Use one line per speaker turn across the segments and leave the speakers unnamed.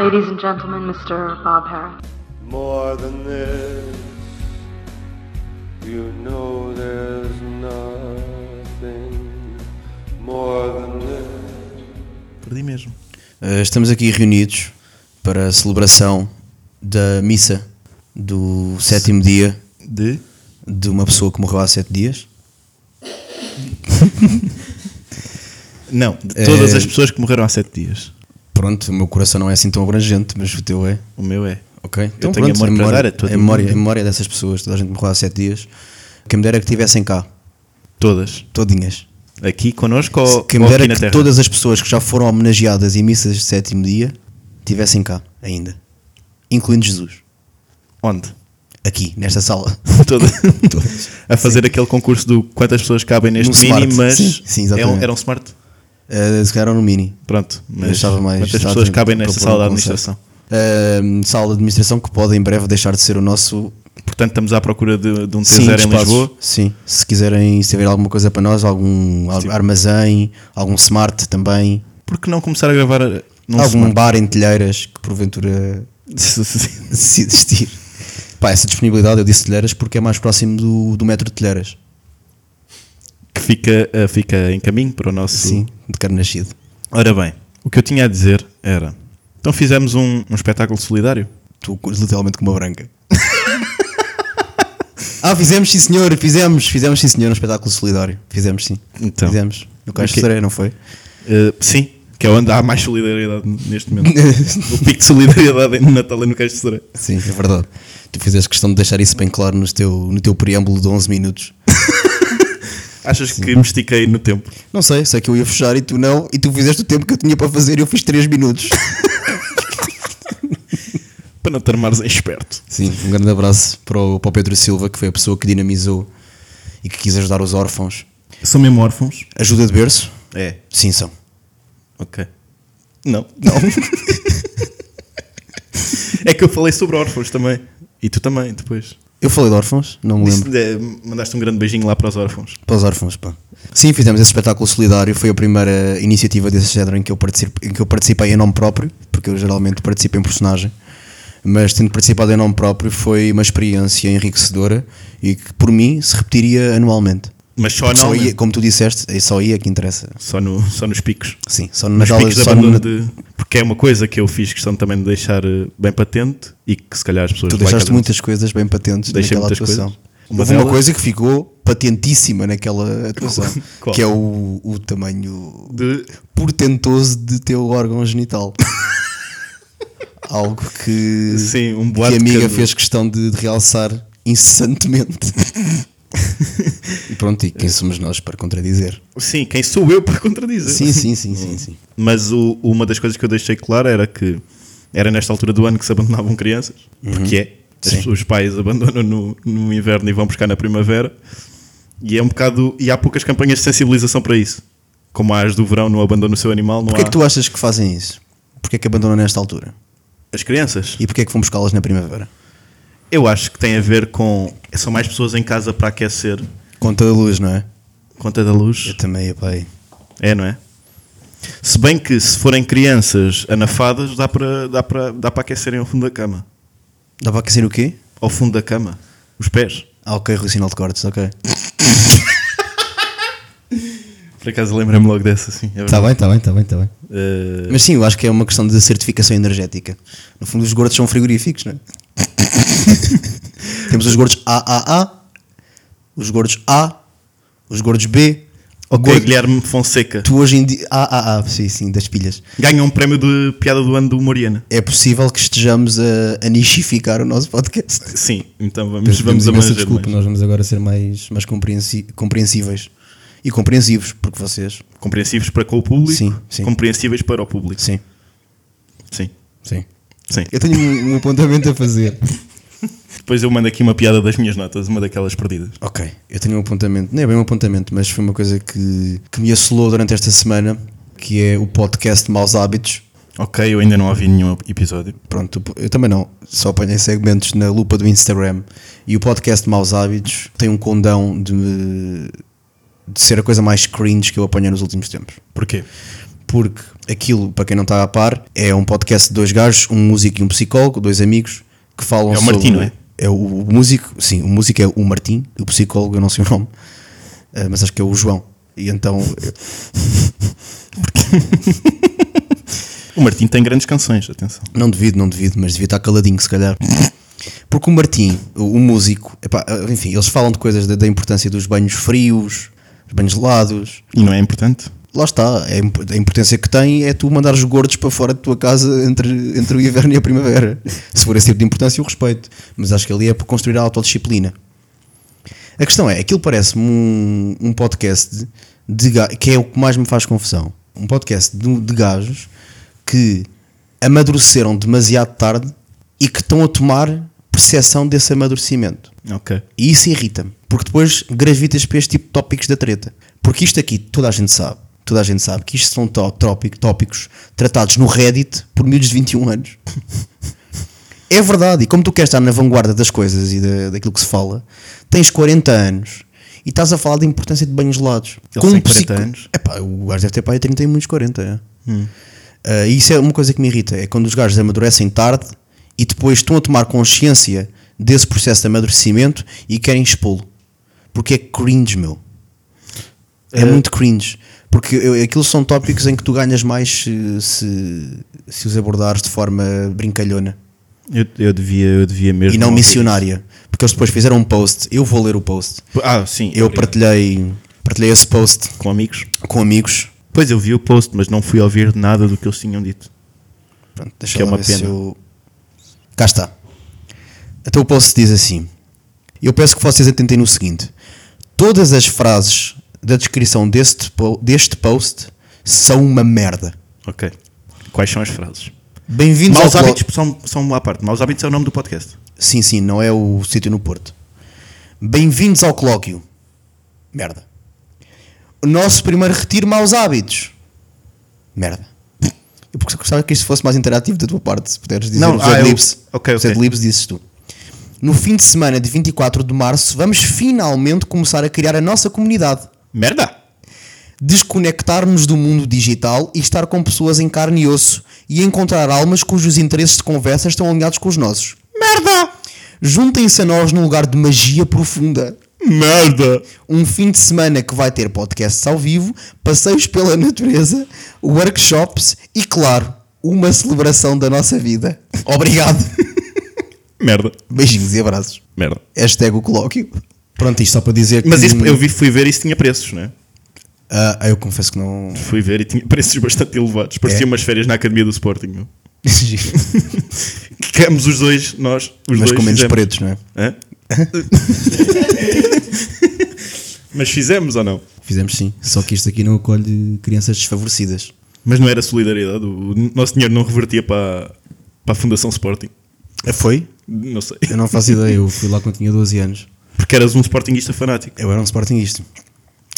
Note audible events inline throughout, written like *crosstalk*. Ladies and gentlemen, Mr. Bob Harris.
More than this, you know there's nothing more than this.
Perdi mesmo.
Uh, Estamos aqui reunidos para a celebração da missa do sétimo dia
De?
de uma pessoa que morreu há sete dias.
Não, de
É-
todas as pessoas que morreram há sete dias.
Pronto, o meu coração não é assim tão abrangente, mas o teu é.
O meu é.
Ok? Então,
tenho amor
a
para
memória,
dar a todo
a memória,
mundo.
a memória dessas pessoas, toda a gente morreu há sete dias. Quem me dera que tivessem cá,
Todas.
todinhas.
Aqui connosco ou,
Quem me
ou aqui
dera
na
que
Terra?
todas as pessoas que já foram homenageadas em missas de sétimo dia tivessem cá ainda, incluindo Jesus,
Onde?
aqui,
*laughs*
nesta sala. *laughs*
Todas. A fazer aquele concurso do quantas pessoas cabem neste
Num
mini,
smart.
mas
Sim, sim,
é um-
exatamente.
era um smart.
Uh, se calhar era no mini.
Pronto, mas
Eu estava mais-
quantas
estava
pessoas
a
cabem nesta
propor
sala de
um conceito.
administração?
Ahm, sala de administração que pode em breve deixar de ser o nosso
Portanto, estamos à procura de, de um
Sim,
T0 em
espaços.
Lisboa.
Sim, se quiserem, se tiver alguma coisa para nós, algum ar- armazém, algum smart também,
Por que não começar a gravar eh, num
algum
smart?
bar em telheiras que porventura *laughs*
*laughs*
se existir. Pá, essa disponibilidade eu disse telheiras porque é mais próximo do, do metro de telheiras.
que fica, eh, fica em caminho para o nosso.
Sim, de carne nascido.
Ora bem, o que eu tinha a dizer era: então fizemos um, um espetáculo solidário.
Tu literalmente com uma
*laughs*
branca. ah, fizemos sim senhor, fizemos, fizemos sim senhor um espetáculo solidário. Fizemos sim.
Então.
fizemos. No Caixa
Ok.
de Sereia, não foi?
Eh, sim, que é onde há mais solidariedade neste
*laughs*
momento. o pico de solidariedade é no Natal e no Caixa de Sara.
Sim, é verdade. Tu fizeste questão de deixar isso bem claro no teu, no teu preâmbulo de 11 minutos.
Achas que me estiquei no tempo?
Não sei, sei que eu ia fechar e tu não, e tu fizeste o tempo que eu tinha para fazer e eu fiz 3 minutos.
Para não te armares em esperto.
Sim, um grande abraço para o, para o Pedro Silva, que foi a pessoa que dinamizou e que quis ajudar os órfãos.
São mesmo órfãos?
Ajuda de berço?
É.
Sim, são.
Ok. Não.
*laughs*
Não. é que eu falei sobre órfãos também. E tu também, depois.
Eu falei de órfãos? Não me lembro.
Disse- eh, mandaste um grande beijinho lá para os órfãos.
Para os órfãos, pá. Sim, fizemos esse espetáculo solidário. Foi a primeira iniciativa desse género em que eu, participe- em que eu participei em nome próprio, porque eu geralmente participo em personagem. Mas tendo participado em nome próprio, foi uma experiência enriquecedora e que, por mim, se repetiria anualmente.
Mas só
Porque
não.
só
né?
aí, como tu disseste, é só aí é que interessa.
Só, no, só nos picos.
Sim, só no
Nos
Natal.
picos de
Só no,
abandono
Na-
de- Porque é uma coisa que eu fiz questão também de deixar eh, bem patente e que se calhar as pessoas um lá
Tu
em
deixaste
casa-
muitas coisas bem patentes
Deixei
naquela
muitas
atuação.
coisas. Uma
Uma Houve uma
delas-
coisa que ficou patentíssima naquela atuação,
Qual?
que é o, o tamanho
De-
portentoso de teu órgão genital. *laughs* Algo que,
Sim, um
que
boato
a amiga
que-
fez questão de, de realçar
*laughs*
incessantemente. e pronto, e quem somos nós para contradizer?
Sim, quem sou eu para contradizer?
Sim, sim, sim, sim, sim.
Mas o- uma das coisas que eu deixei claro era que era nesta altura do ano que se abandonavam crianças, porque é. As-
Uhum. Sim.
os pais abandonam no, no inverno e vão buscar na primavera. E é um bocado. E há poucas campanhas de sensibilização para isso. Como há as do verão, não abandona o seu animal, não
Porquê é
há
que tu achas que fazem isso? Porquê é que abandonam nesta altura?
as crianças.
E porquê é que vão buscá-las na primavera?
Eu acho que tem a ver com. São mais pessoas em casa para aquecer.
Conta da luz, não é?
Conta da luz.
Eu também, pai.
É, não é? Se bem que se forem crianças anafadas, dá para, dá para, dá para aquecerem ao fundo da cama.
Dá para aquecer o quê?
Ao fundo da cama. Os pés.
Ah, ok, Rui Sinal de Cortes, ok.
Por acaso lembrei-me logo dessa, sim. É
Está
verdade.
Tá bem, está bem, está bem, está bem.
Eh,
Mas sim, eu acho que é uma questão de certificação energética. No fundo, os gordos são frigoríficos, *laughs* não é? Temos os gordos AAA, os gordos A, os gordos B. O
ok, Guilherme Fonseca
Tu hoje em dia. AAA, sim, sim, das pilhas.
ganha um prémio de piada do ano do Moriana.
É possível que estejamos a, a nichificar o nosso podcast.
Sim, então vamos, vamos
Pedimos imensa
abranger
desculpa,
mais.
nós vamos agora ser mais, mais compreensi- compreensíveis e compreensivos, porque vocês.
Compreensíveis para com o público,
é? Sim, sim.
compreensíveis para o público.
Sim,
Sim,
sim.
sim.
Eu tenho um, um apontamento a fazer.
Depois eu mando aqui uma piada das minhas notas, uma daquelas perdidas.
Ok, eu tenho um apontamento, não é bem um apontamento, mas foi uma coisa que, que me assolou durante esta semana, que é o podcast Maus Hábitos.
Ok, eu ainda não ouvi nenhum episódio.
Pronto, eu também não, só apanhei segmentos na lupa do Instagram. E o podcast Maus Hábitos tem um condão de, de ser a coisa mais cringe que eu apanhei nos últimos tempos.
Porquê?
porque aquilo, para quem não está a par, é um podcast de dois gajos, um músico e um psicólogo, dois amigos, que falam
É o
sobre...
Martim, não é?
É o, o músico, sim, o músico é o Martim, o psicólogo eu não sei o nome, eh, mas acho que é o João. E então, eh,
O Martim tem grandes canções, atenção.
*laughs* não devido, não devido, mas devia estar caladinho se calhar. Porque o Martim, o, o músico, epá, eh, enfim, eles falam de coisas da, da importância dos banhos frios, dos banhos gelados,
E não é importante?
Lá está, é imp- a importância que tem é tu mandares gordos para fora de tua casa entre, entre o inverno e a primavera. Se for esse tipo de importância, eu respeito. Mas acho que ali é para construir a autodisciplina. A questão é, aquilo parece-me um, um podcast de, de ga- que é o que mais me faz confusão. Um podcast de, de gajos que amadureceram demasiado tarde e que estão a tomar percepção desse amadurecimento.
Ok.
E isso irrita-me, porque depois gravitas para este tipo de tópicos da treta. Porque isto aqui, toda a gente sabe, toda a gente sabe que isto são tó- trópico- tópicos tratados no Reddit por miúdos de 21 anos. *laughs* é verdade, e como tu queres estar na vanguarda das coisas e da, daquilo que se fala, tens 40 anos e estás a falar da importância de banhos gelados.
Ele
um
tem 40
psico-
anos? Hum.
Epá, o gajo deve ter para aí 30 e muitos 40, é. Ah, e isso é uma coisa que me irrita, é quando os gajos amadurecem tarde e depois estão a tomar consciência desse processo de amadurecimento e querem expô-lo. Porque é cringe, meu. É muito cringe. Porque eu- aquilo são tópicos em que tu ganhas mais se, se, se os abordares de forma brincalhona
Eu, eu, devia, eu devia mesmo.
e não
ter
missionária. Porque eles depois fizeram um post, eu vou ler o post.
isso. Ah, sim.
Eu
obrigado.
partilhei, partilhei esse post
com amigos.
com amigos
Pois eu vi o post, mas não fui ouvir nada do que eles tinham dito.
Pronto, deixa
Que é
lá
uma
ver
pena.
se eu... Cá está. Até o post diz assim. Eu peço que vocês atentem no seguinte. Todas as frases da descrição deste, po- deste post são uma merda.
Ok. Quais são as frases?
Bem-vindos ao
Maus
blog...
hábitos são, são à parte. Maus hábitos é o nome do podcast.
Sim, sim, não é o sítio no Porto. Bem-vindos ao colóquio. Merda. O nosso primeiro retiro maus hábitos. Merda. Eu porque gostava que isto fosse mais interativo da tua parte, se puderes dizer
Não,
os
ah, eu-
adlibs.
ok,
Os
ok.
adlibs dizes tu. No fim de semana de 24 de março, vamos finalmente começar a criar a nossa comunidade.
Merda!
Desconectar-nos do mundo digital e estar com pessoas em carne e osso e encontrar almas cujos interesses de conversa estão alinhados com os nossos.
Merda!
Juntem-se a nós num lugar de magia profunda.
Merda!
Um fim de semana que vai ter podcasts ao vivo, passeios pela natureza, workshops e, claro, uma celebração da nossa vida. *laughs* Obrigado.
Merda!
Beijinhos e abraços.
Merda!
Hashtag o colóquio. Pronto, isto só para dizer que.
Mas isso, eu vi, fui ver e isso tinha preços, né?
Ah, eu confesso que
*laughs*
não.
Fui ver e tinha preços bastante elevados. Parecia
É.
umas férias na Academia do Sporting. meu. Ficamos os dois, nós, os
Mas
dois.
com menos
fizemos.
pretos, não é? *laughs*
Hã? Mas fizemos ou não?
Fizemos sim. Só que isto aqui não acolhe crianças desfavorecidas.
Mas não era solidariedade. O nosso dinheiro não revertia para, para a Fundação Sporting.
Ah, Foi?
Não sei.
Eu não faço ideia. Eu fui lá quando tinha 12 anos.
Porque eras um Sportingista fanático.
Eu era um Sportingista.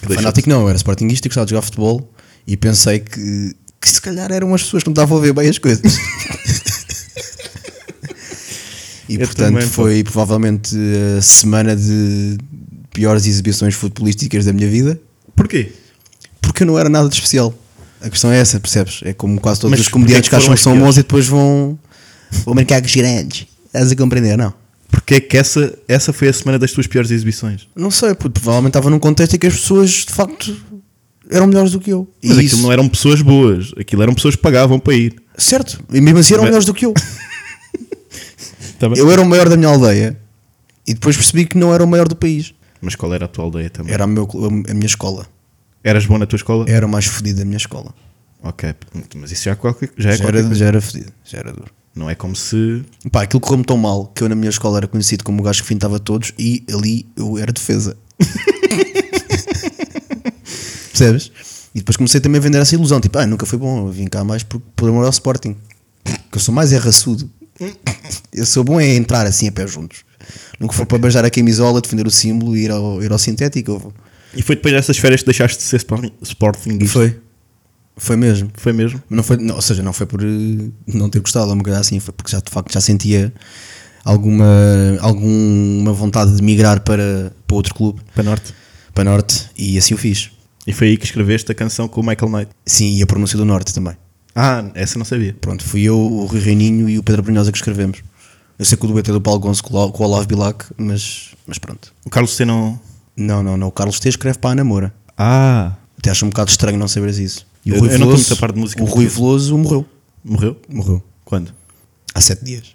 Deixa-te.
Fanático não, eu era Sportingista e gostava de jogar futebol e pensei que, que se calhar eram as pessoas que não estavam a ver bem as *laughs* coisas. e
Eu
portanto
também, pá.
foi provavelmente a semana de piores exibições futebolísticas da minha vida
Porquê?
porque eu não era nada de especial. A questão é essa, percebes? É como quase todos
Mas
os comediantes que
porquê é que
acham que são
foram as
bons e depois vão, vão brincar com os girantes. Estás a compreender? Não.
Porque é que essa, essa foi a semana das tuas piores exibições.
Não sei, puto, provavelmente estava num contexto em que as pessoas de facto eram melhores do que eu. E
Mas
isso-
aquilo não eram pessoas boas. Aquilo eram pessoas que pagavam para ir.
Certo, e mesmo assim eram
Mas-
melhores
*laughs*
do que eu.
Tá bem?
Eu era o maior da minha aldeia e depois percebi que não era o maior do país.
Mas qual era a tua aldeia também?
Era a, meu- a minha escola.
Eras bom na tua escola?
Era o mais fodido da minha escola.
Ok, mas isso já, é qualquer, já é
já,
qualquer
era,
coisa.
já era fodido, já era duro.
Não é como se.
Pá, aquilo correu-me tão mal que eu na minha escola era conhecido como o gajo que fintava todos e ali eu era defesa. Percebes? E depois comecei também a vender essa ilusão, tipo, ah, nunca foi bom, eu vim cá mais por, por amor ao Sporting. Que eu sou mais é raçudo. Eu sou bom em entrar assim a pé juntos. Nunca foi para beijar a camisola, defender o símbolo e ir ao, ir ao sintético. eu vou.
E foi depois dessas férias que deixaste de ser sporting, sportingista?
Foi. Foi mesmo.
Foi mesmo?
Não foi, não, ou seja, não foi por eh, não ter gostado, ou uma coisa assim, foi porque já de facto já sentia alguma, alguma vontade de migrar para, para outro clube,
Para norte?
para norte, e assim o fiz.
E foi aí que escreveste a canção com o Michael Knight.
Sim, e a pronúncia do Norte também.
Ah, essa não sabia.
Pronto, fui eu, o Rui Reininho e o Pedro Brunhosa que escrevemos. Eu sei que o dueto é do Paulo Gonço com o Ol- com o Olavo Bilac, mas, mas pronto.
O Carlos C não.
Não, não, não. O Carlos T escreve para a Namora.
Ah!
Até acho um bocado estranho não saberes isso. E o
Eu-
Rui
eu não estou
Veloso-
muito a par de música
O Rui
portuguesa.
Veloso morreu.
Morreu?
Morreu.
Quando?
Há sete dias.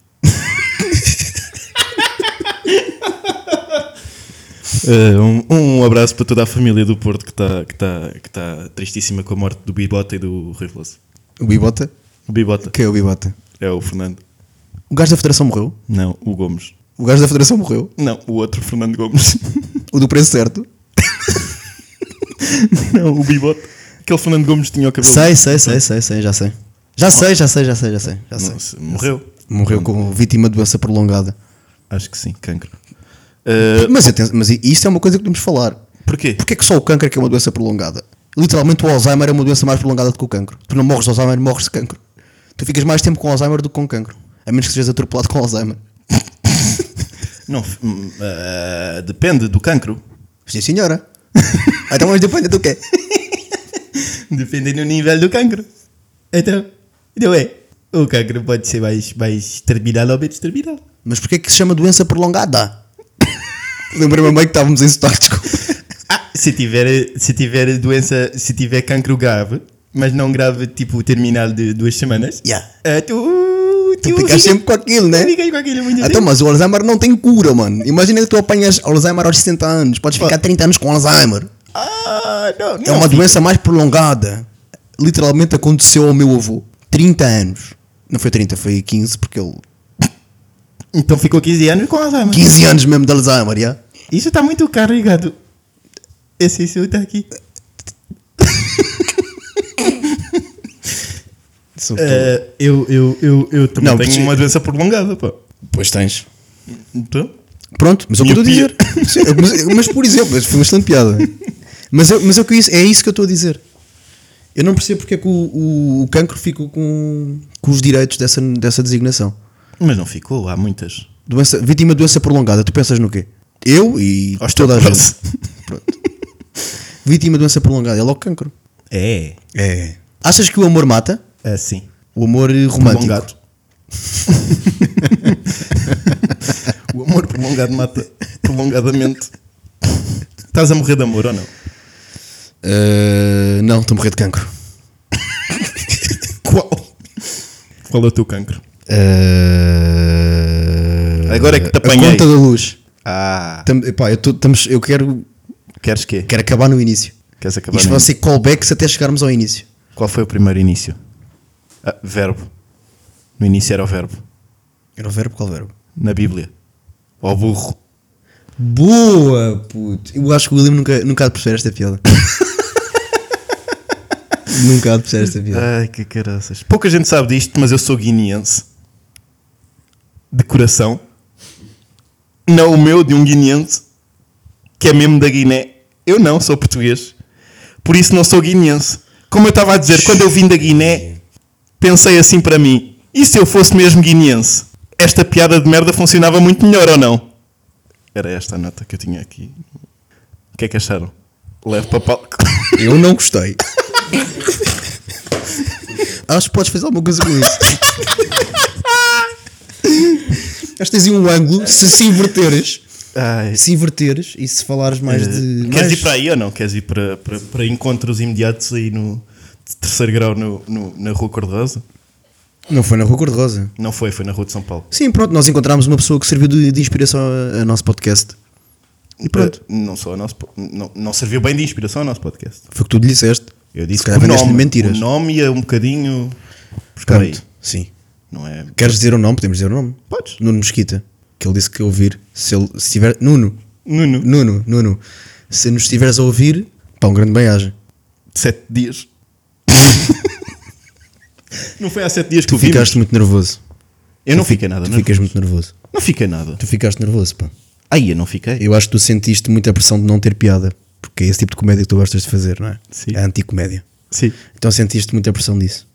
Uh, um, um abraço para toda a família do Porto que está que tá, que tá tristíssima com a morte do Bibota e do Rui Veloso.
O Bibota?
O Bibota
Quem é o Bibota?
é o Fernando.
O gajo da Federação morreu?
Não, o Gomes.
O gajo da Federação morreu?
Não, o outro Fernando Gomes. *laughs*
O do preço certo?
não, o Bibota. Aquele Fernando Gomes tinha o cabelo.
Sei, sei, sei, sei, sei, já sei. Já sei, já sei, já sei, já sei. Já sei.
Não, se- morreu.
Morreu com vítima de doença prolongada.
Acho que sim, cancro. Uh,
Mas, atenção, mas isto é uma coisa que podemos falar.
porquê?
Porquê que só o cancro é que é uma doença prolongada? Literalmente o Alzheimer é uma doença mais prolongada do que o cancro. Tu não morres de Alzheimer, morres de cancro. Tu ficas mais tempo com Alzheimer do que com cancro. A menos que sejas atropelado com Alzheimer.
Não, f- hum, uh, depende do cancro.
Sim, senhora. *laughs* então vamos depender do quê?
Depende do nível do cancro. Então, então é. O cancro pode ser mais, mais terminal ou menos terminal.
Mas porquê que se chama doença *laughs* prolongada? Lembra-me bem que estávamos em sotaque, desculpa.
Ah, se tiver, se tiver doença, se tiver cancro grave, mas não grave tipo terminal de duas semanas,
Yeah.
ah, tu,
Tu ficas sempre com aquilo, né?
Tu ficas com aquilo muito
Então, mas o Alzheimer não tem cura, mano. Imagina que tu apanhas Alzheimer aos 60 anos. Podes ficar 30 anos com Alzheimer.
Ah, não,
É uma doença mais prolongada. Literalmente aconteceu ao meu avô. 30 anos. Não foi 30, foi 15, porque ele.
Então ficou 15 anos com Alzheimer. *laughs*
15 anos mesmo de Alzheimer, já?
Isso está muito carregado. Esse isso está aqui.
é
Eh, eu, eu, eu, eu também
Não,
tenho
porque-
uma doença prolongada, pá.
Pois tens.
Então,
Pronto, mas é o que *laughs* eu estou a dizer.
Miopia.
Sim, mas, mas, por exemplo, mas foi uma excelente piada. Mas, eu- mas é, o que eu disse- é isso que eu estou a dizer. Eu não percebo porque é que o, o, o cancro fica com, com os direitos dessa, dessa designação.
mas não ficou, há muitas.
Doença, vítima de doença prolongada, tu pensas no quê? Eu e toda a gente.
Osteoporose. *laughs*
Pronto. Vítima de doença prolongada, é logo cancro.
É,
É. Achas que o amor mata?
assim.
O amor romântico.
Prolongado. *laughs* o amor prolongado mata prolongadamente. Estás a morrer de amor ou não?
Ah, não, estou a morrer de cancro.
*laughs* Qual? Qual é o teu cancro?
Ah,
Agora é que te
A
apanhei.
conta da luz.
Ah,
Tam- epá, eu, tô- tamos- eu quero,
queres quê?
quero acabar no início.
Queres acabar?
Isto vai
no-
ser callbacks até chegarmos ao início.
Qual foi o primeiro início? Ah, verbo. No início era o verbo.
Era o verbo, qual verbo?
Na Bíblia. Ó burro.
Boa, puto. Eu acho que o William nunca, nunca há de perceber
*laughs*
esta piada. nunca há de perceber esta piada.
Ai, que caraças. Pouca gente sabe disto, mas eu sou guineense. De coração. Não o meu, de um guineense. Que é mesmo da Guiné. Eu não, sou português. Por isso não sou guineense. Como eu estava a dizer, quando eu vim da Guiné, pensei assim para mim. E se eu fosse mesmo guineense? Esta piada de merda funcionava muito melhor ou não? Era esta a nota que eu tinha aqui. O que é que acharam? Levo para palco.
Eu não gostei. acho que podes fazer alguma coisa com isso. acho que tens aí um ângulo. Se, se inverteres,
Ai,
se inverteres e se falares mais de.
Eh, Queres
mais-
ir para aí ou não? Queres ir para, para, para encontros imediatos aí no de terceiro grau no, no- na Rua Cor-de-Rosa?
Não foi na Rua Cor-de-Rosa.
Não foi, foi na Rua de São Paulo.
Sim, pronto, nós encontramos uma pessoa que serviu de, de inspiração a, a nosso podcast. E pronto.
Eh, não, só ao nosso, po- não, não serviu bem de inspiração ao nosso podcast.
Foi o que tu lhe disseste.
Eu disse
Se
que
calhar
o
vendeste-lhe
nome,
mentiras.
o nome ia um bocadinho buscar aí.
Pronto, sim.
Não é?
Queres dizer o nome? Podemos dizer o nome.
Podes.
Nuno Mesquita, que ele disse que ia ouvir. Se ele se tiver. Nuno,
Nuno,
Nuno, Nuno, se nos estiveres a ouvir, pá, um grande bem-aja.
sete dias. *laughs* não foi há sete dias que
Tu
o vimos.
ficaste muito nervoso.
Eu não fiquei nada,
Tu
não, é?
ficas muito nervoso.
não fiquei nada.
Tu ficaste nervoso, pá.
Aí eu não fiquei.
Eu acho que tu sentiste muita pressão de não ter piada. Porque é esse tipo de comédia que tu gostas de fazer, não é?
Sim.
É a anticomédia.
Sim.
Então sentiste muita pressão disso.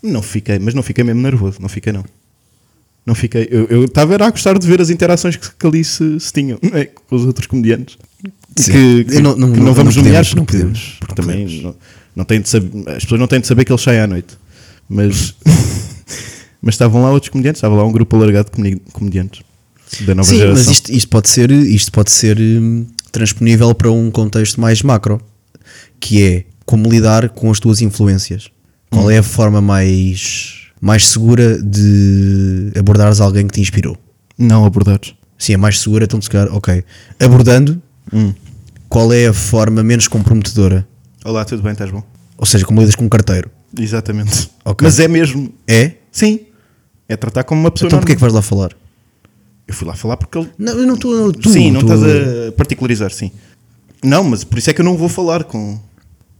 Não fiquei, mas não fiquei mesmo nervoso, não fiquei não. Não fiquei. Eu eu estava era a gostar de ver as interações que, que ali se, se tinham né, com os outros comediantes.
Sim.
Que, que-
E não-
que não,
não- não
vamos
podemos,
nomear,
não podemos,
porque
não
também
podemos.
Não, não têm de saber, as pessoas não têm de saber que ele sai à noite. Mas, *laughs* mas estavam lá outros comediantes, estava lá um grupo alargado de comedi- comediantes da nova
Sim,
geração.
mas isto, isto pode ser, isto pode ser hum, transponível para um contexto mais macro, que é como lidar com as tuas influências. Qual
Hum.
é a forma mais, mais segura de abordares alguém que te inspirou?
Não abordados.
Sim, é mais segura, então se calhar, ok. Abordando,
Hum.
qual é a forma menos comprometedora?
Olá, tudo bem? Estás bom?
Ou seja, como lidas com um carteiro?
Exatamente.
Ok.
Mas é mesmo.
É?
Sim. É tratar como uma pessoa.
Então porquê é que
normal.
vais lá falar?
Eu fui lá falar porque ele
Não, eu não estou. tu-
sim, não
tu-
estás a particularizar, sim. Não, mas por isso é que eu não vou falar com.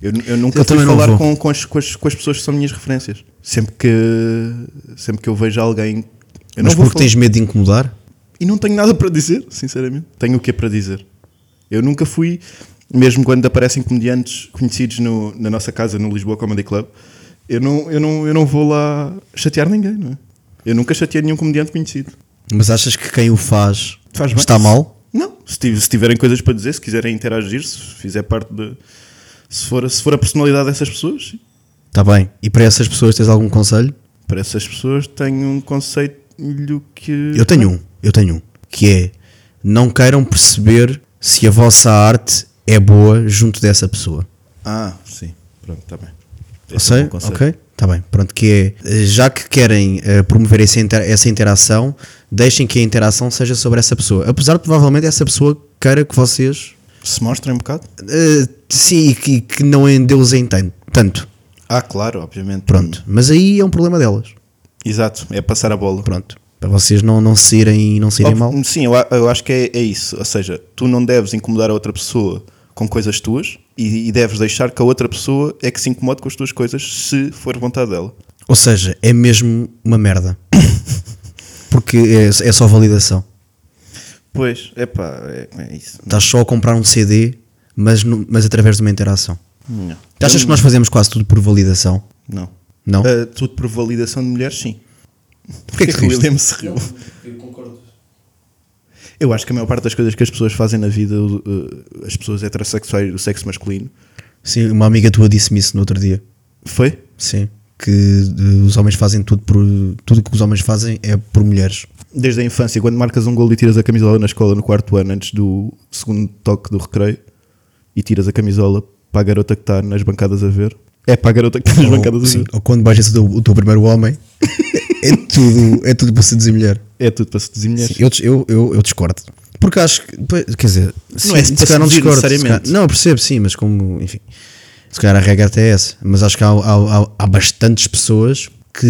Eu, eu nunca
Eu
fui
também não
falar
vou.
com, com, as, com, as, com as pessoas que são minhas referências. Sempre que, sempre que eu vejo alguém. Eu
Mas
não vou
porque tens
falar.
medo de incomodar?
E não tenho nada para dizer, sinceramente. Tenho o que é para dizer. Eu nunca fui, mesmo quando aparecem comediantes conhecidos no- na nossa casa, no Lisboa Comedy Club, eu não, eu, não, eu não vou lá chatear ninguém, não é? Eu nunca chateei nenhum comediante conhecido.
Mas achas que quem o faz,
Faz bem.
está mal?
Não, se, tiv- se tiverem coisas para dizer, se quiserem interagir, se fizer parte de. Se for, se for a personalidade dessas pessoas, sim.
Está Tá bem. E para essas pessoas tens algum conselho?
para essas pessoas tenho um conceito que.
Eu tenho um, eu tenho um, que é não queiram perceber se a vossa arte é boa junto dessa pessoa.
Ah, sim, pronto, está bem. é
Eu
um
sei, ok? Está bem, pronto, que é eh, já que querem eh, promover essa, inter- essa interação, deixem que a interação seja sobre essa pessoa. Apesar de provavelmente essa pessoa queira que vocês
Se mostrem um bocado?
eh, sim e que, que não endeusem tan- tanto.
Ah, claro, obviamente.
Pronto. Mas aí é um problema delas.
Exato, é passar a bola.
Pronto. Para vocês não, não se irem, não se irem
Ob-
mal.
Sim, eu, a- eu acho que é, é isso. Ou seja, tu não deves incomodar a outra pessoa com coisas tuas e, e deves deixar que a outra pessoa é que se incomode com as tuas coisas se for vontade dela.
Ou seja, é mesmo uma merda. Porque é, é só validação.
Pois, epá, é é isso.
Estás só a comprar um CD, mas, nu- mas através de uma interação.
Não.
Tu achas que nós fazemos quase tudo por validação?
Não.
Não? é
Ah, tudo por validação de mulheres, sim.
Porquê que
o
riste?
William se riu? Eu acho que a maior parte das coisas que as pessoas fazem na vida, uh, as pessoas heterossexuais do sexo masculino,
Sim, uma amiga tua disse-me isso no outro dia.
foi?
Sim. Que eh, os homens fazem tudo por. Tudo o que os homens fazem é por mulheres.
Desde a infância, quando marcas um gol e tiras a camisola na escola no quarto ano, antes do segundo toque do recreio, e tiras a camisola para a garota que está nas bancadas a ver. É para a garota que está nas bancadas
ou,
a
sim,
ver.
ou quando vais ser o, teu- o teu primeiro homem, *laughs* é tudo, é tudo para se dizer mulher.
É tudo para seduzir mulheres.
Sim, eu, dis- eu, eu, eu discordo. Porque acho que. pois, Quer dizer, sim,
é
se
para
calhar não
seduzir
discordo. se
necessariamente.
calhar- não, eu percebo, sim, mas como. Enfim. Se calhar a regra até é essa. Mas acho que há, há, há, há bastantes pessoas que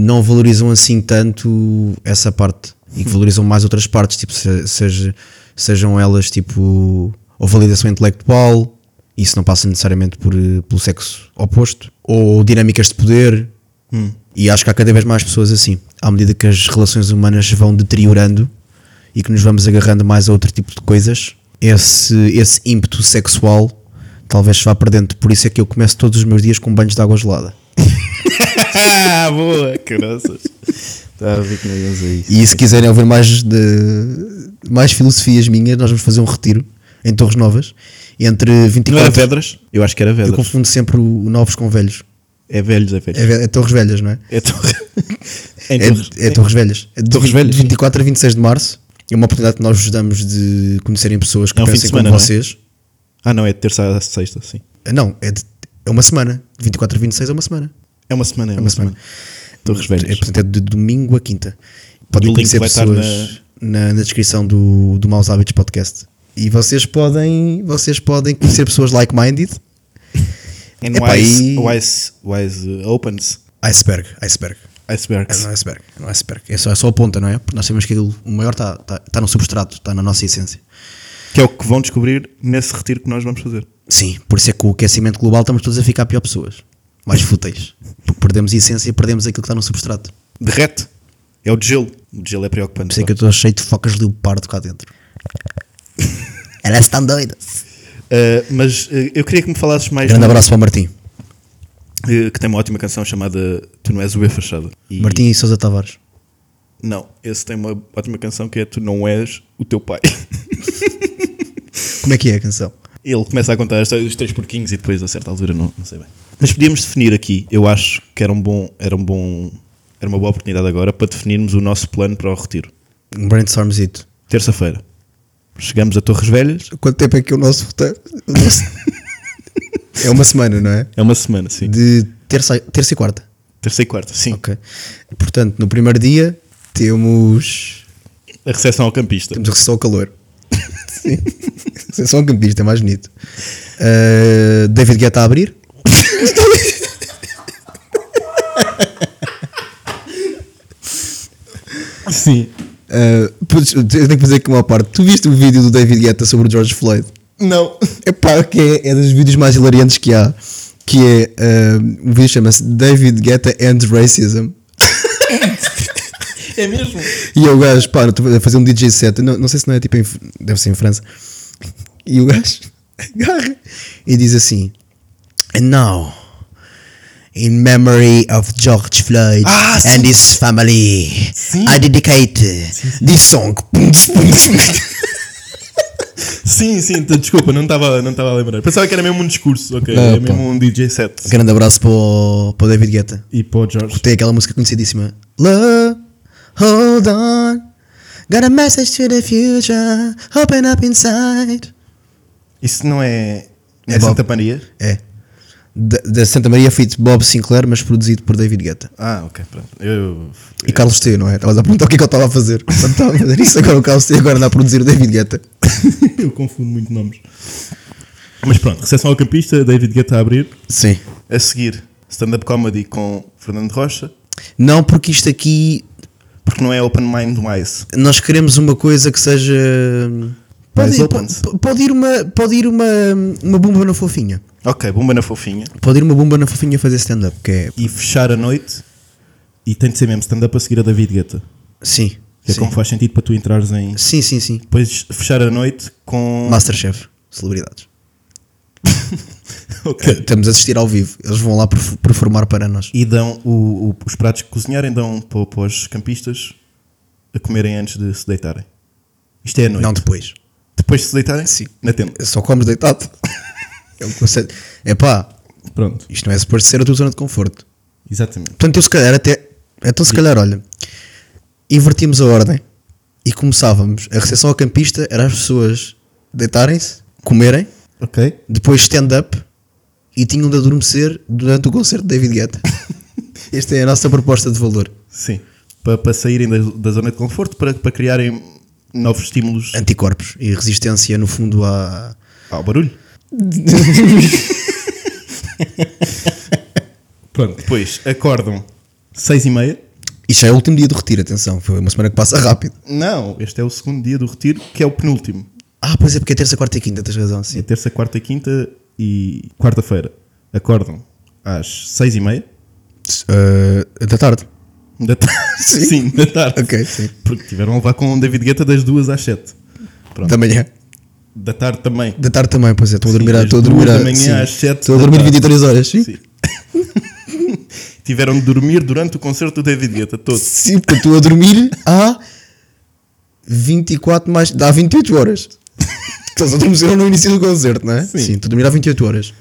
não valorizam assim tanto essa parte. E que
Hum.
valorizam mais outras partes, tipo, se- seja, sejam elas tipo. Ou validação intelectual, isso não passa necessariamente por, eh, pelo sexo oposto. Ou dinâmicas de poder.
Hum.
E acho que há cada vez mais pessoas assim. À medida que as relações humanas se vão deteriorando e que nos vamos agarrando mais a outro tipo de coisas, esse, esse ímpeto sexual talvez se vá perdendo. Por isso é que eu começo todos os meus dias com banhos de água gelada.
Ah, boa, graças. Está Tá a ver que não íamos a isso.
E se quiserem ouvir mais, de, mais filosofias minhas, nós vamos fazer um retiro em Torres Novas entre
Não era
24.
Vedras? Eu acho que era
Eu
Vedras.
confundo sempre o o novos com velhos.
É velhos, é velhos.
É, ve- é Torres Velhas, não é?
É Torres. *laughs* É,
É,
Torres.
é Torres Velhas. É de
Torres Velhas.
24 a 26 de março. É uma oportunidade que nós vos damos de conhecerem pessoas que
É um fim de
pensem
semana,
como
não é?
vocês.
Ah, não, é de terça a sexta, sim.
Não, é, de- é uma semana. De 24 a 26 é uma semana.
É uma semana, é uma,
uma
semana. Torres
É,
Velhas.
portanto, é de domingo a quinta. Podem
o link
conhecer
vai estar
pessoas na... na descrição do, do Maus Hábitos Podcast. E vocês podem, vocês podem conhecer pessoas like-minded.
É no
Epá,
Ice,
e-
o Ice, o Ice uh, Opens.
Iceberg, iceberg. É
Icebergs.
no iceberg, é no iceberg. É só, é só a ponta, não é? Porque nós sabemos que aquilo, o maior está tá, tá no substrato, está na nossa essência.
Que é o que vão descobrir nesse retiro que nós vamos fazer.
Sim, por isso é que com o aquecimento global estamos todos a ficar pior pessoas. Mais fúteis. Porque perdemos a essência e perdemos aquilo que está no substrato. Por
Derrete. É o de gelo. O de gelo é preocupante.
isso é que eu estou cheio de focas de leopardo cá dentro. Elas estão doidas.
Uh, mas uh, eu queria que me falasses mais.
Grande
de-
abraço para o Martim.
uh, que tem uma ótima canção chamada Tu Não És o B Fachada. E-
Martim e Sousa Tavares.
Não, esse tem uma ótima canção que é Tu Não És o Teu Pai. *laughs*
Como é que é a canção?
Ele começa a contar a história dos três porquinhos e depois a certa altura não, não sei bem. Mas podíamos definir aqui, eu acho que era um bom, era um bom, era uma boa oportunidade agora para definirmos o nosso plano para o retiro.
Um brainstormzito.
Terça-feira. Chegamos a Torres Velhas,
Quanto tempo é que o nosso roteiro?
*laughs*
o nosso- é uma semana, não é?
é uma semana, sim.
De terça, terça e quarta.
Terça e quarta, sim.
Ok. Portanto, no primeiro dia temos.
A recepção ao campista.
Temos recessão ao calor. *laughs* Sim. Recessão ao campista, é mais bonito. Ah, David Guetta a abrir.
Sim.
Ah, putz, eu tenho que fazer aqui uma parte. Tu viste o vídeo do David Guetta sobre o George Floyd?
Não.
Epá, que é, é dos vídeos mais hilariantes que há. Que é. ah, o vídeo chama-se David Guetta and Racism.
É mesmo?
E é o gajo, pá, eu estou a fazer um DJ set, não, não sei se não é tipo, em, F- deve ser em França. E o gajo *laughs* agarra e diz assim: And now, in memory of George Floyd
Ah, sim.
and his family, I dedicate this song. *laughs*
Sim, sim, t- desculpa, não estava não estava a lembrar. Pensava que era mesmo um discurso, ok?
Não,
é
pá.
mesmo um DJ set.
Grande abraço para o, para o David Guetta.
E para o George.
Tem aquela música conhecidíssima: Love, hold on, got a message to the future, open up inside.
Isso não é. É
Bob.
Santa Maria?
É. Da, da Santa Maria feito Bob Sinclair, mas produzido por David Guetta.
Ah, ok, pronto. Eu.
E Carlos T, não é? Estavas a perguntar o que é que eu estava a fazer. *laughs* Quando estava a fazer isso, agora o Carlos T agora anda a produzir o David Guetta.
*laughs* Eu confundo muito nomes. Mas pronto, recepção ao campista, David Guetta a abrir.
Sim.
A seguir, stand-up comedy com Fernando Rocha,
Não, porque isto aqui
porque não é open mind mais.
nós queremos uma coisa que seja.
Mais
Pode ir,
open.
po- pode ir uma, pode ir uma, uma bomba na fofinha.
Ok, bomba na fofinha.
Pode ir uma bomba na fofinha fazer stand-up, que é.
E fechar a noite. E tem de ser mesmo stand-up a seguir a David Guetta.
Sim.
Que é
sim.
como faz sentido para tu entrares em.
sim, sim, sim.
Depois fechar a noite com.
Masterchef, celebridades.
*laughs* Ok.
*laughs* Estamos a assistir ao vivo. Eles vão lá perf- performar para nós.
E dão o- o- os pratos que cozinharem, dão para, para os campistas a comerem antes de se deitarem. Isto é a noite.
Não depois.
Depois de se deitarem?
Sim.
Na tenda.
só comes deitado. *laughs* É um conceito. É pá,
Pronto.
isto não é suposto ser a tua zona de conforto.
Exatamente.
Portanto, eu se calhar até. Então, se calhar, olha, invertimos a ordem e começávamos. A recepção ao campista era as pessoas deitarem-se, comerem,
Ok.
depois stand-up e tinham de adormecer durante o concerto de David Guetta. *laughs* Esta é a nossa proposta de valor.
Sim. Para, para saírem da, da zona de conforto, para, para criarem novos estímulos
Anticorpos e resistência, no fundo, à.
ao barulho. Pronto. Depois acordam seis e meia.
Isto já é o último dia do retiro, atenção, foi uma semana que passa rápido.
Não, este é o segundo dia do retiro, que é o penúltimo.
Ah, pois é, porque é terça, quarta e quinta, tens razão, sim.
É terça, quarta, quinta e quarta-feira. Acordam às seis e meia
Eh, da tarde.
da *laughs* tarde. Sim, da tarde.
Ok, sim.
Porque tiveram a levar com o David Guetta das duas às sete.
Da manhã.
Da tarde também.
Da tarde também, pois é. Estou a
Sim,
dormir,
das
estou a
duas
dormir,
da
a-
manhã
sim.
às sete
Estou a
da
dormir
tarde.
23 horas, sim.
Sim. tiveram de dormir durante o concerto do David Guetta todo.
Sim, porque estou a dormir há 24 mais. dá 28 horas. *laughs* Estás a adormeceram no início do concerto, não é?
Sim.
estou a dormir há 28
*laughs*
horas.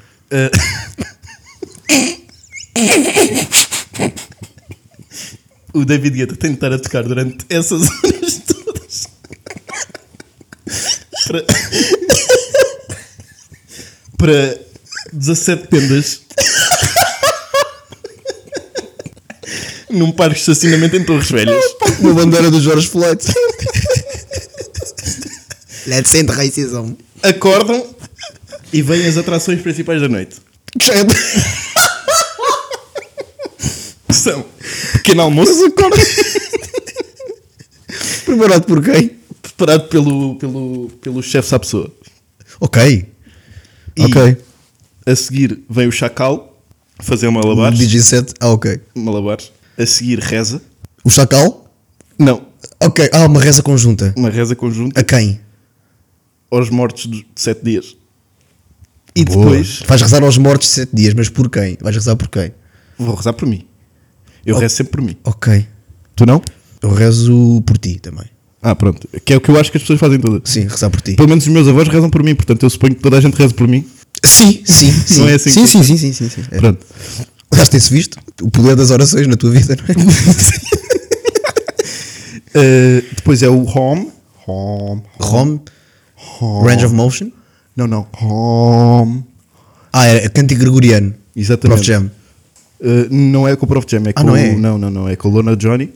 O David Guetta tem de estar a tocar durante essas *laughs* horas todas. para... para 17 tendas. Num parque de estacionamento em Torres Velhas.
Uma bandeira do Jorge Floyd. *laughs* Let's end racism.
Acordam e vêm as atrações principais da noite.
Que já é. *laughs*
Que São pequeno almoço
Preparado por quem?
preparado pelo, pelo, pelo chefe à pessoa.
Ok.
E-
Ok.
A seguir vem o Chacal fazer uma
O
malabar.
DJ set. Ah, ok.
malabares. A seguir reza.
O Chacal?
Não,
Ok. Ah, uma reza conjunta.
uma reza conjunta
A quem?
aos mortos de sete dias. E depois
Vais rezar aos mortos sete dias, mas por quem? Vais rezar por quem?
vou rezar por mim. Eu rezo sempre por mim.
Ok.
Tu não?
Eu rezo por ti também.
Ah, pronto. Que é o que eu acho que as pessoas fazem todas.
Sim, rezar por ti.
Pelo menos os meus avós rezam por mim, portanto eu suponho que toda a gente reza por mim.
Sim, sim, sim.
*laughs* Não é assim
sim,
que-
sim, sim, sim, sim, sim. É.
Pronto.
Aliás, tem-se visto o poder das orações na tua vida, não é?
*laughs* Eh, depois é o home. Home.
ROM, Range of Motion.
Não, não. Home.
Ah, era cântico gregoriano.
Exatamente.
Prof. Jam.
Eh, não é com o Prof Jam, é com
não
o-
é?
não, não, não, é com o Lona Johnny.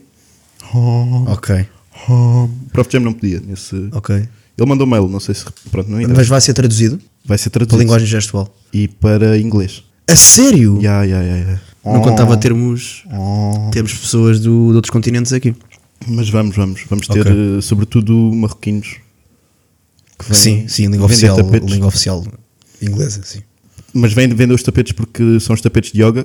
Ok,
Home. O Prof Jam não podia nesse.
ok.
Ele mandou mail, não sei se pronto, não ainda.
Mas vai ser traduzido
vai ser
para
traduzido
linguagem gestual.
e para inglês.
A sério?
Ya, ya, ya, ya.
Não contava termos, termos pessoas do, de outros continentes aqui.
Mas vamos, vamos, vamos ter
Ok.
eh, sobretudo marroquinos. que vêm
Sim, sim, língua
vender
oficial,
tapetes.
língua oficial inglesa, sim.
Mas vêm de vender os tapetes porque são os tapetes de yoga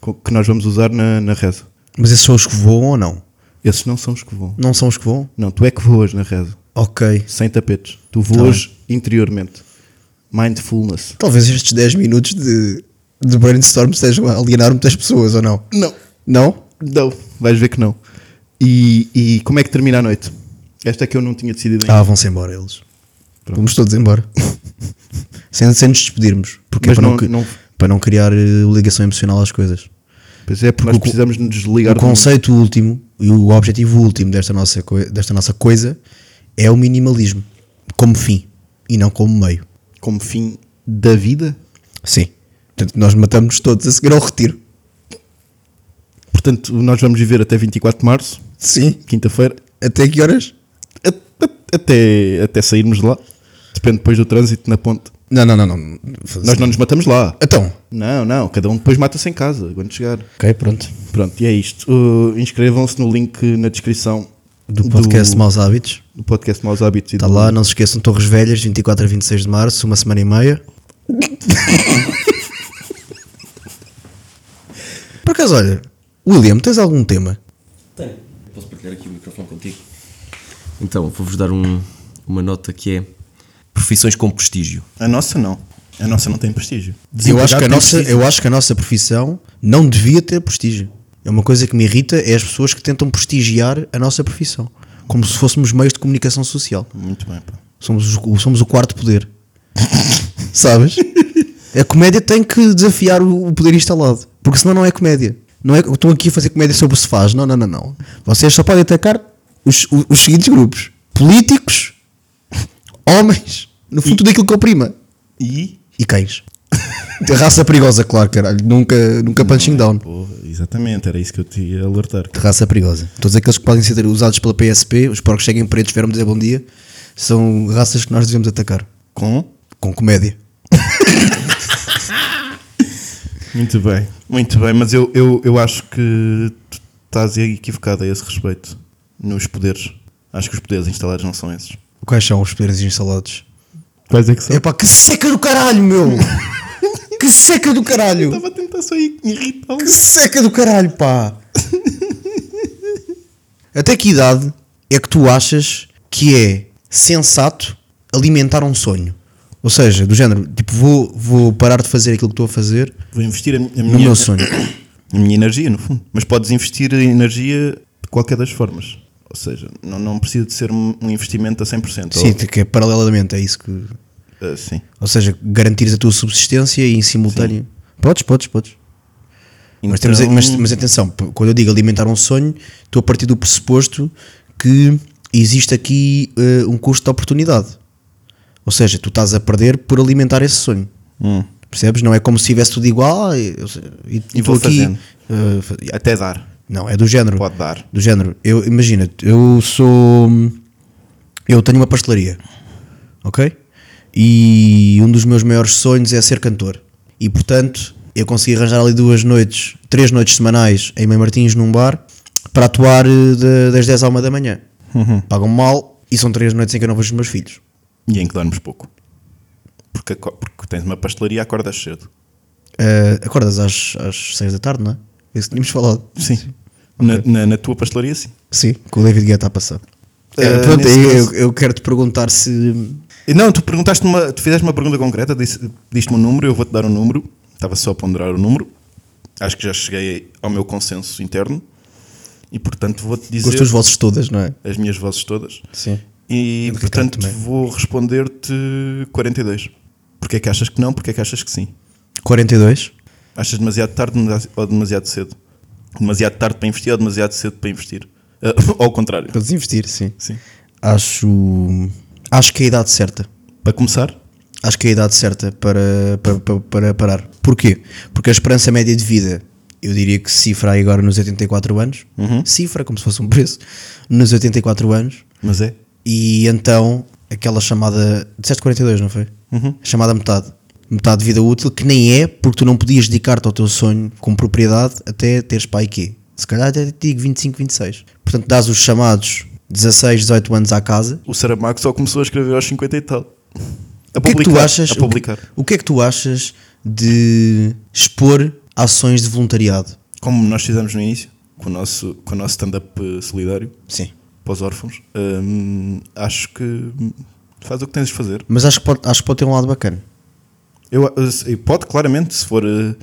co- que nós vamos usar na, na reza.
Mas esses são os que voam ou não?
Esses não são os que voam.
Não são os que voam?
Não, tu é que voas na reza,
Ok.
sem tapetes. Tu
Tá
voas interiormente. Mindfulness.
Talvez estes 10 minutos de, de brainstorm estejam a alienar muitas pessoas ou não?
Não.
Não?
Não, vais ver que não. E, e como é que termina a noite? Esta é que eu não tinha decidido ainda.
Ah, vão-se embora eles. Vamos todos embora. *laughs* sem, sem nos despedirmos. Porque é
Mas
para não,
não-
cri-
não-
para não criar eh, ligação emocional às coisas.
Pois é, porque
o
nós
co-
precisamos nos desligar
o
do mundo.
conceito último e o objetivo último desta nossa, coi- desta nossa coisa é o minimalismo como fim e não como meio.
como fim da vida.
Sim. Portanto, nós matamos todos a seguir ao retiro.
Portanto, nós vamos viver até 24 de março,
Sim.
quinta-feira,
Até que horas?
a- a- até, até sairmos de lá. Depende depois do trânsito na ponte.
Não, não, não, não. Fazer-
Nós não nos matamos lá.
Então.
Não, não, cada um depois mata-se em casa quando chegar.
Ok, pronto.
Pronto, e é isto. Uh, Inscrevam-se no link na descrição
Do podcast Maus Hábitos.
do podcast Maus Hábitos. e
Está
do-
lá, não se esqueçam, Torres Velhas, 24 a 26 de março, uma semana e *laughs* meia. Por acaso, olha, William, tens algum tema?
Tenho. Posso partilhar aqui o microfone contigo? Então, vou-vos dar um- uma nota que é profissões com prestígio.
A nossa não. A nossa não tem prestígio.
Eu acho, que
Desempregado
a nossa,
tem prestígio.
eu acho que a nossa profissão não devia ter prestígio. É uma coisa que me irrita é as pessoas que tentam prestigiar a nossa profissão, como se fôssemos meios de comunicação social.
Muito bem, pá.
Somos, o- somos o quarto poder. *laughs* Sabes? A comédia tem que desafiar o o poder instalado, porque senão não é comédia. Não é, estão aqui a fazer comédia sobre o se faz. Não, não, não, não. Vocês só podem atacar os, os, os seguintes grupos: políticos, *laughs* homens, no fundo tudo aquilo que oprima.
E.
E cães. *laughs* De raça perigosa, claro, caralho. Nunca, nunca punching down.
Porra, exatamente, era isso que eu te ia alertar.
De raça perigosa. Todos aqueles que podem ser usados pela PSP, os porcos cheguem pretos, vieram dizer bom dia, são raças que nós devemos atacar.
Com?
Com comédia.
Muito bem, muito bem, mas eu, eu, eu acho que tu estás equivocado a esse respeito nos poderes. Acho que os poderes instalados não são esses.
Quais são os poderes instalados?
Quais é que são?
Epá, que seca do caralho, meu! que seca do caralho!
a tentar sair irritá-lo.
Que seca do caralho, pá! Até que idade é que tu achas que é sensato alimentar um sonho? Ou seja, do género, tipo, vou, vou parar de fazer aquilo que estou a fazer
Vou investir a, mi- a
no
minha,
meu sonho.
a minha energia, no fundo. Mas podes investir a energia de qualquer das formas. Ou seja, não, não precisa de ser um um investimento a 100%.
Sim, que é paralelamente, é isso que.
Ou, ah, sim.
Ou seja, garantires a tua subsistência e em simultâneo. Podes, podes, podes. Mas, temos,
Então,
mas, mas atenção, p- quando eu digo alimentar um sonho, estou a partir do pressuposto que existe aqui eh, um custo de oportunidade. Ou seja, tu estás a perder por alimentar esse sonho.
Hum.
Percebes? Não é como se tivesse tudo igual ah, e, e, e
vou
estou aqui.
fazendo.
eh, fa-
Até dar.
não, é do género.
Pode dar.
Do género. Eu, imagina, eu sou. Eu tenho uma pastelaria. Ok? E um dos meus maiores sonhos é ser cantor. E portanto, eu consegui arranjar ali duas noites, três noites semanais em Mãe Martins num bar para atuar eh, de- das 10 à 1 da manhã.
Uhum.
Pagam mal e são três noites em que eu não vejo os meus filhos.
E em que dormes pouco. Porque, aco- porque tens uma pastelaria e acordas cedo.
Eh, acordas às, às 6 da tarde, não é? É Isso que tínhamos falado.
Sim. Na, na, na tua pastelaria, sim.
Sim, que o David Guetta está a passar. Eh,
Eh,
pronto,
nesse
eu-
caso-
eu quero te perguntar se
Não, tu perguntaste uma, tu fizeste uma pergunta concreta, disse- pediste-me um número, eu vou-te dar um número. Estava só a ponderar o número. Acho que já cheguei ao meu consenso interno. E portanto vou-te
Com as
dizer
tuas vozes todas, não é?
as minhas vozes todas.
Sim.
E
E do Ricardo
portanto
também.
vou responder-te 42. Porquê é que achas que não? Porquê é que achas que sim?
42.
Achas demasiado tarde ou demasiado cedo? Demasiado tarde para investir ou demasiado cedo para investir? Ah, *laughs* ao contrário.
Para desinvestir, sim.
Sim.
Acho. Acho que é a idade certa.
Para começar,
Acho que é a idade certa para, para, para, para parar. Porquê? Porque a esperança média de vida, eu diria que cifra aí agora nos 84 anos. Cifra, como se fosse um preço. Nos 84 anos.
mas é.
E então, aquela chamada. Disseste 42, não foi?
Uhum.
A chamada metade. Metade de vida útil, que nem é porque tu não podias dedicar-te ao teu sonho com propriedade até teres pai quê? Se calhar até te digo 25, 26. Portanto, dás os chamados 16, 18 anos à casa.
O Saramago só começou a escrever aos 50 e tal. A
O que é que tu achas?
A publicar.
O que, o que é que tu achas de expor ações de voluntariado?
Como nós fizemos no início, com o nosso, com o nosso stand-up eh, solidário
Sim.
para os órfãos, hum, acho que hum, faz o que tens de fazer.
Mas acho que pode, acho que pode ter um lado bacana.
Eu, eh, pode, claramente, se for, eh,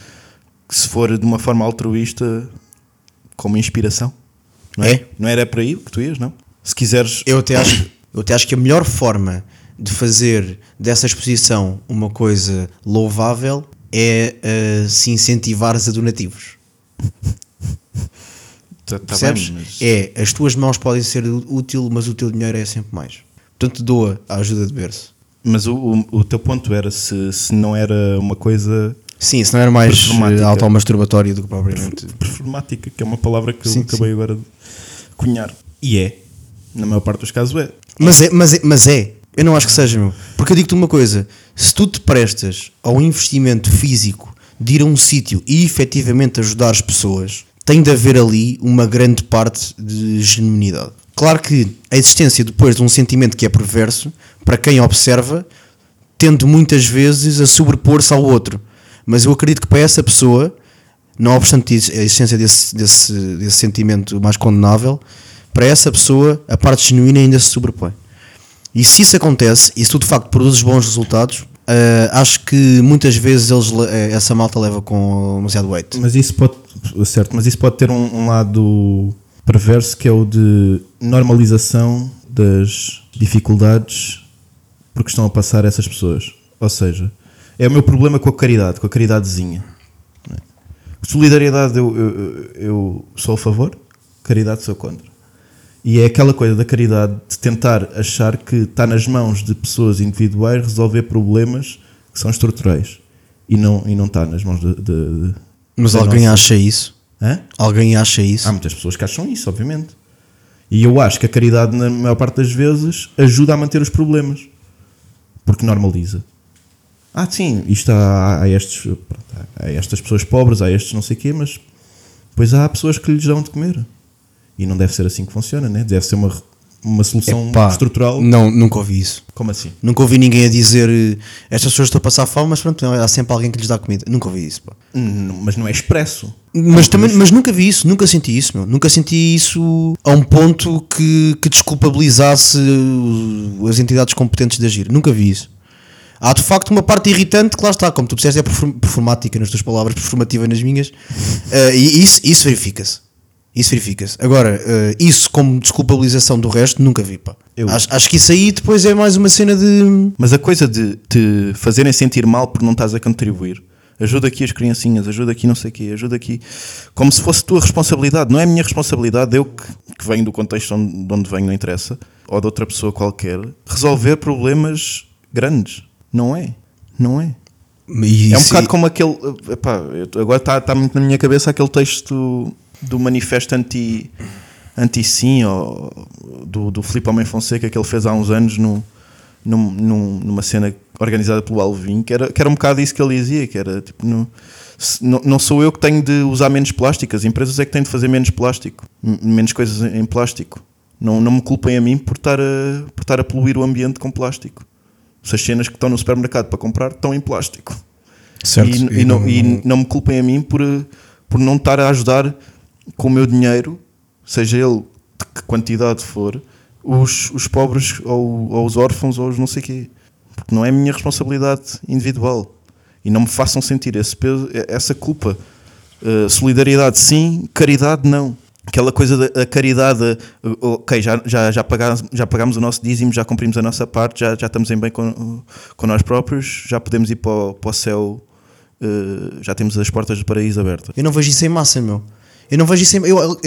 se for de uma forma altruísta, como inspiração. Não é?
É.
Não era para aí que tu ias, não? Se quiseres.
Eu até acho, eu até acho que a melhor forma de fazer dessa exposição uma coisa louvável é uh, se incentivares a donativos.
Tá- tá
Percebes?
bem, mas-
É, as tuas mãos podem ser ú- útil, mas o teu dinheiro é sempre mais. Portanto, doa a ajuda de berço.
Mas o, o, o teu ponto era se, se não era uma coisa
Sim, isso não era mais
Performática.
eh, automasturbatório do que propriamente.
performática, que é uma palavra que
Sim,
eu acabei agora de cunhar. E é. Na maior parte dos casos é.
Mas é, mas é, mas é. Eu não acho que seja, meu. Porque eu digo-te uma coisa: se tu te prestas ao investimento físico de ir a um sítio e efetivamente ajudar as pessoas, tem de haver ali uma grande parte de genuinidade. Claro que a existência depois de um sentimento que é perverso, para quem observa, tende muitas vezes a sobrepor-se ao outro. Mas eu acredito que para essa pessoa, não obstante a existência desse, desse, desse sentimento mais condenável, para essa pessoa a parte genuína ainda se sobrepõe. E se isso acontece, e se tu de facto produzes bons resultados, ah, acho que muitas vezes eles, le- eh, essa malta leva com demasiado weight.
Mas isso pode. Certo, mas isso pode ter um, um lado perverso que é o de normalização das dificuldades por que estão a passar essas pessoas. Ou seja, é o meu problema com a caridade, com a caridadezinha. não é? Solidariedade eu, eu- eu sou a favor, caridade sou contra. E é aquela coisa da caridade de tentar achar que está nas mãos de pessoas individuais resolver problemas que são estruturais e não, e não está nas mãos de. de- de-
Mas Ah,
da
alguém
nossa-
acha isso?
Hã?
Alguém acha isso?
Há muitas pessoas que acham isso, obviamente. E eu acho que a caridade, na maior parte das vezes, ajuda a manter os problemas. Porque normaliza. Ah, sim, isto há, há estes, pronto, há estas pessoas pobres, há estes não sei quê, mas pois há pessoas que lhes dão de comer. E não deve ser assim que funciona, né? deve ser uma, uma solução
Epá,
estrutural.
Não, nunca ouvi isso.
Como assim?
é um Nunca ouvi ninguém a dizer eh, estas pessoas estão a passar fome, mas pronto, há sempre alguém que lhes dá comida. Nunca ouvi isso. pá.
N- Mas não é expresso.
Mas, também, mas nunca vi isso, nunca senti isso, meu. Nunca senti isso a um ponto que, que desculpabilizasse uh, as entidades competentes de agir. Nunca vi isso. Há de facto uma parte irritante que lá está, como tu disseste, é perform- performática nas tuas palavras, performativa nas minhas, Eh, e isso, isso verifica-se. Isso verifica-se. Agora, eh, isso como desculpabilização do resto, nunca vi. Pá.
Eu-
Acho, acho que isso aí depois é mais uma cena de.
Mas a coisa de te fazerem sentir mal por não estás a contribuir. Ajuda aqui as criancinhas, ajuda aqui não sei o quê, ajuda aqui. Como se fosse tua responsabilidade. Não é a minha responsabilidade, eu que, que venho do contexto onde, de onde venho, não interessa, ou de outra pessoa qualquer, resolver problemas grandes. Não é. Não é.
E
é um
isso-
bocado como aquele. epá, eu- agora está está muito na minha cabeça aquele texto do manifesto anti, anti-sim ou, do, do Filipe Homem Fonseca que ele fez há uns anos num, num- num- numa cena organizada pelo Alvin, que era, que era um bocado isso que ele dizia, que era tipo. no- se- não, não sou eu que tenho de usar menos plástico, as empresas é que têm de fazer menos plástico, m- menos coisas em em plástico. Não, não me culpem a mim por estar a, por estar a poluir o ambiente com plástico. Se as cenas que estão no supermercado para comprar estão em plástico.
Certo,
E, e não, e não me culpem a mim por, eh, por não estar a ajudar com o meu dinheiro, seja ele de que quantidade for, os, os pobres ou, ou os órfãos ou os não sei quê. Porque não é a minha responsabilidade individual. E não me façam sentir esse peso, eh, essa culpa. Eh, solidariedade sim, caridade não. aquela coisa da, da caridade, de, uh, ok, já, já, já, pagámos, já pagámos o nosso dízimo, já cumprimos a nossa parte, já, já estamos em bem com, com nós próprios, já podemos ir para o, para o céu, uh, já temos as portas do paraíso abertas.
Eu não vejo isso em massa, meu. Eu não vejo isso em. eu- eu-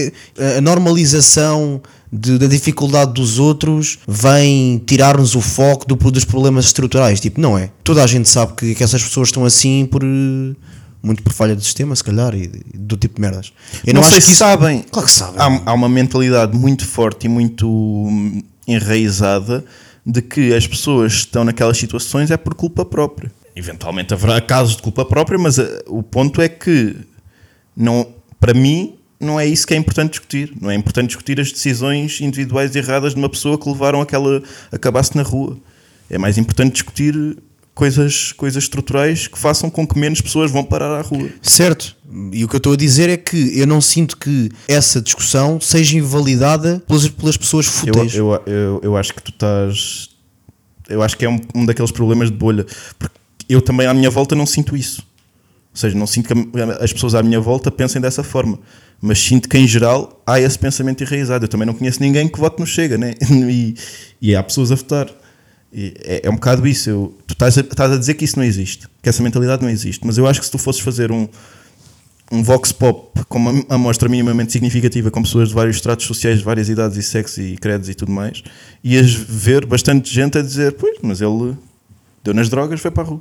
a normalização de- da dificuldade dos outros vem tirar-nos o foco do- dos problemas estruturais. Tipo, não é? Toda a gente sabe que, que essas pessoas estão assim por. eh, Muito por falha de sistema, se calhar, e de- do tipo de merdas. Eu
não,
acho
sei
que
se
isso-
sabem.
Claro que sabem.
Há, há uma mentalidade muito forte e muito hum, enraizada de que as pessoas que estão naquelas situações é por culpa própria. Eventualmente haverá casos de culpa própria, mas ah, o ponto é que não, para mim não é isso que é importante discutir. Não é importante discutir as decisões individuais erradas de uma pessoa que levaram aquela acabasse na rua. É mais importante discutir coisas, coisas estruturais que façam com que menos pessoas vão parar à rua.
Certo. E o que eu estou a dizer é que eu não sinto que essa discussão seja invalidada pelas, pelas pessoas
Eu,
fúteis.
eu, eu, eu acho que tu estás. Eu acho que é um, um daqueles problemas de bolha. Porque eu também à minha volta não sinto isso. Ou seja, não sinto que a- as pessoas à minha volta pensem dessa forma. Mas sinto que em geral há esse pensamento enraizado. Eu também não conheço ninguém que vote no Chega, né? *laughs* E, e há pessoas a votar. E é, é um bocado isso. Eu- tu estás a, estás a dizer que isso não existe. Que essa mentalidade não existe. Mas eu acho que se tu fosses fazer um, um vox pop com uma amostra minimamente significativa com pessoas de vários estratos sociais, de várias idades e sexo e credos e tudo mais, ias ver bastante gente a dizer, pois, mas ele deu nas drogas, foi para a rua.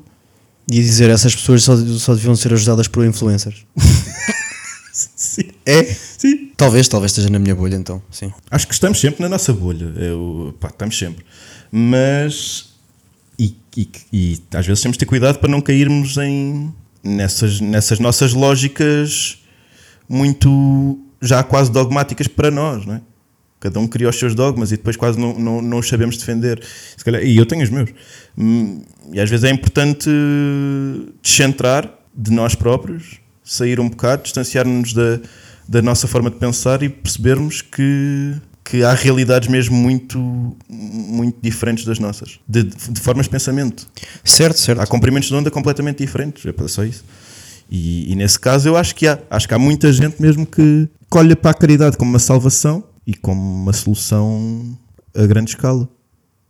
E dizer essas pessoas só, só deviam ser ajudadas por influencers. É? *laughs*
Sim.
Talvez, talvez esteja na minha bolha então. Sim.
Acho que estamos sempre na nossa bolha. Eu, pá, estamos sempre. Mas. E, e- e às vezes temos de ter cuidado para não cairmos em. Nessas, nessas nossas lógicas muito. já quase dogmáticas para nós, não é? Cada um cria os seus dogmas e depois quase não, não, não os sabemos defender. Se calhar- e eu tenho os meus. Hum, E às vezes é importante descentrar de nós próprios, sair um bocado, distanciar-nos da, da nossa forma de pensar e percebermos que, que há realidades mesmo muito, muito diferentes das nossas, de, de formas de pensamento.
Certo, certo.
Há comprimentos de onda completamente diferentes, é só isso. E, e nesse caso eu acho que há. Acho que há muita gente mesmo que que olha para a caridade como uma salvação e como uma solução a grande escala. Ou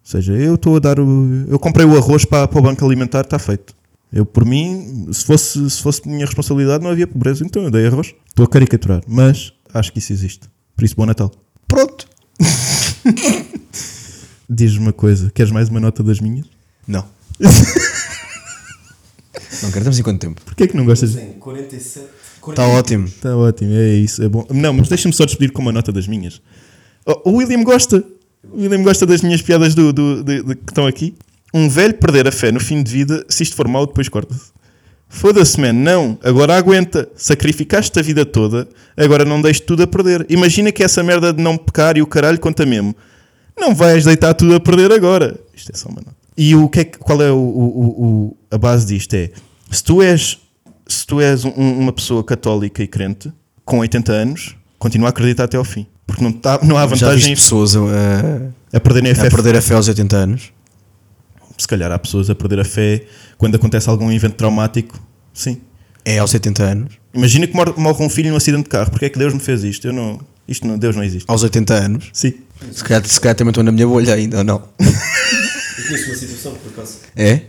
seja, eu estou a dar o. Eu comprei o arroz para, para o banco alimentar, está feito. Eu, por mim, se fosse, se fosse minha responsabilidade, não havia pobreza, então eu dei arroz. Estou a caricaturar, mas acho que isso existe. Por isso, bom Natal.
Pronto.
*laughs* Diz-me uma coisa, queres mais uma nota das minhas?
Não. não quero, estamos em quanto tempo?
Porquê é que não gostas? de-
Tem 47.
Está ótimo.
Está ótimo, é isso, é bom. Não, mas deixa-me só despedir com uma nota das minhas. Oh, O William gosta. O William gosta das minhas piadas do, do- de- de- que estão aqui. Um velho perder a fé no fim de vida, se isto for mau, depois corta-se. Foda-se, man, não. Agora aguenta. Sacrificaste a vida toda, agora não deixes tudo a perder. Imagina que essa merda de não pecar e o caralho conta mesmo. Não vais deitar tudo a perder agora. Isto é só uma nota. E o que é que- qual é o, o- o- o- a base disto? É, se tu és, se tu és um- uma pessoa católica e crente, com 80 anos, continua a acreditar até ao fim. Porque não, tá- não há
Já
vantagem
viste pessoas a, a-
a perderem a
a
fé.
perder a fé aos 80 anos?
Se calhar há pessoas a perder a fé quando acontece algum evento traumático. Sim.
É aos 70 anos?
Imagina que mor- morre um filho num acidente de carro. Porque é que Deus me fez isto? Eu não, isto não, Deus não existe.
Aos 80 anos?
Sim.
Se calhar, se calhar também estou na minha bolha ainda, ou não?
Eu conheço uma situação, por acaso.
É?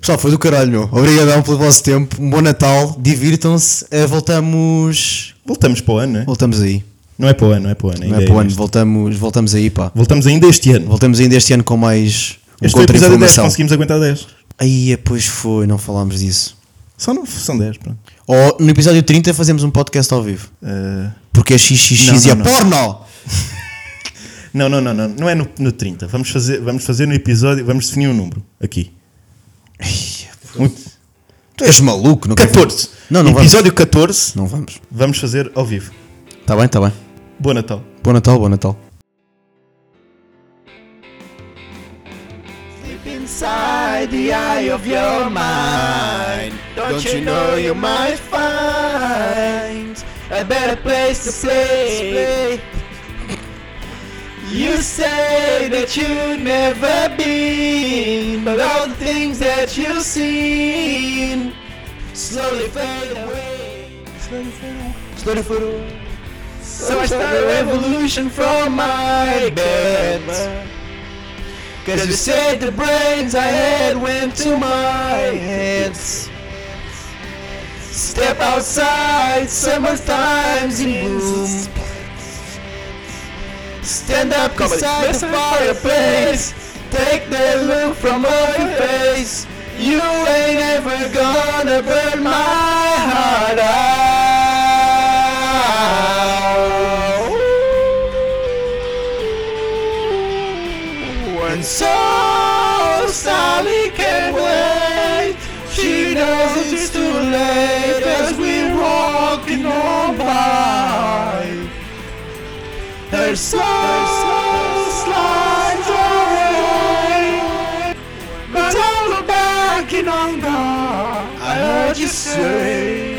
Pessoal, foi do caralho, meu. Obrigadão pelo vosso tempo. Um bom Natal. Divirtam-se. Eh, Voltamos.
Voltamos para o ano, não é?
Voltamos aí.
Não é para o ano, não é para o ano.
Não
ainda
é
é
para o ano.
neste.
Voltamos, voltamos aí, pá.
Voltamos ainda este ano.
Voltamos ainda este ano com mais um
Este foi o episódio 10,
contra-informação.
conseguimos aguentar 10.
Aí, é, pois foi, não falámos disso.
Só não, são 10, pronto.
Ou no episódio 30 fazemos um podcast ao vivo.
Eh,
Porque é XXX
Não,
e é
não, não.
porno!
não, não, não, não, não é no, no 30. Vamos fazer, vamos fazer no episódio, vamos definir um número aqui.
é
Muito-
Tu és maluco, não quero-
14.
é Não, não
episódio 14,
vamos. Não vamos.
vamos fazer ao vivo.
Tá bem, tá bem.
Boa Natal.
Bom Natal, bom Natal.
inside the eye of your mind. Don't you know you might find a better place to play? You say that you've never been, but all the things that you've seen slowly fade away. Slowly fade away. Slowly fade away. So I started a revolution from my bed. Cause you said the brains I had went to my heads. Step outside, summertime's in bloom. Stand up beside the fireplace. Take the look from off your face. You ain't ever gonna burn my heart out. And so Sally can wait. She knows it's too late as we're walking on by. Her soul slides away But all the back in anger I heard you say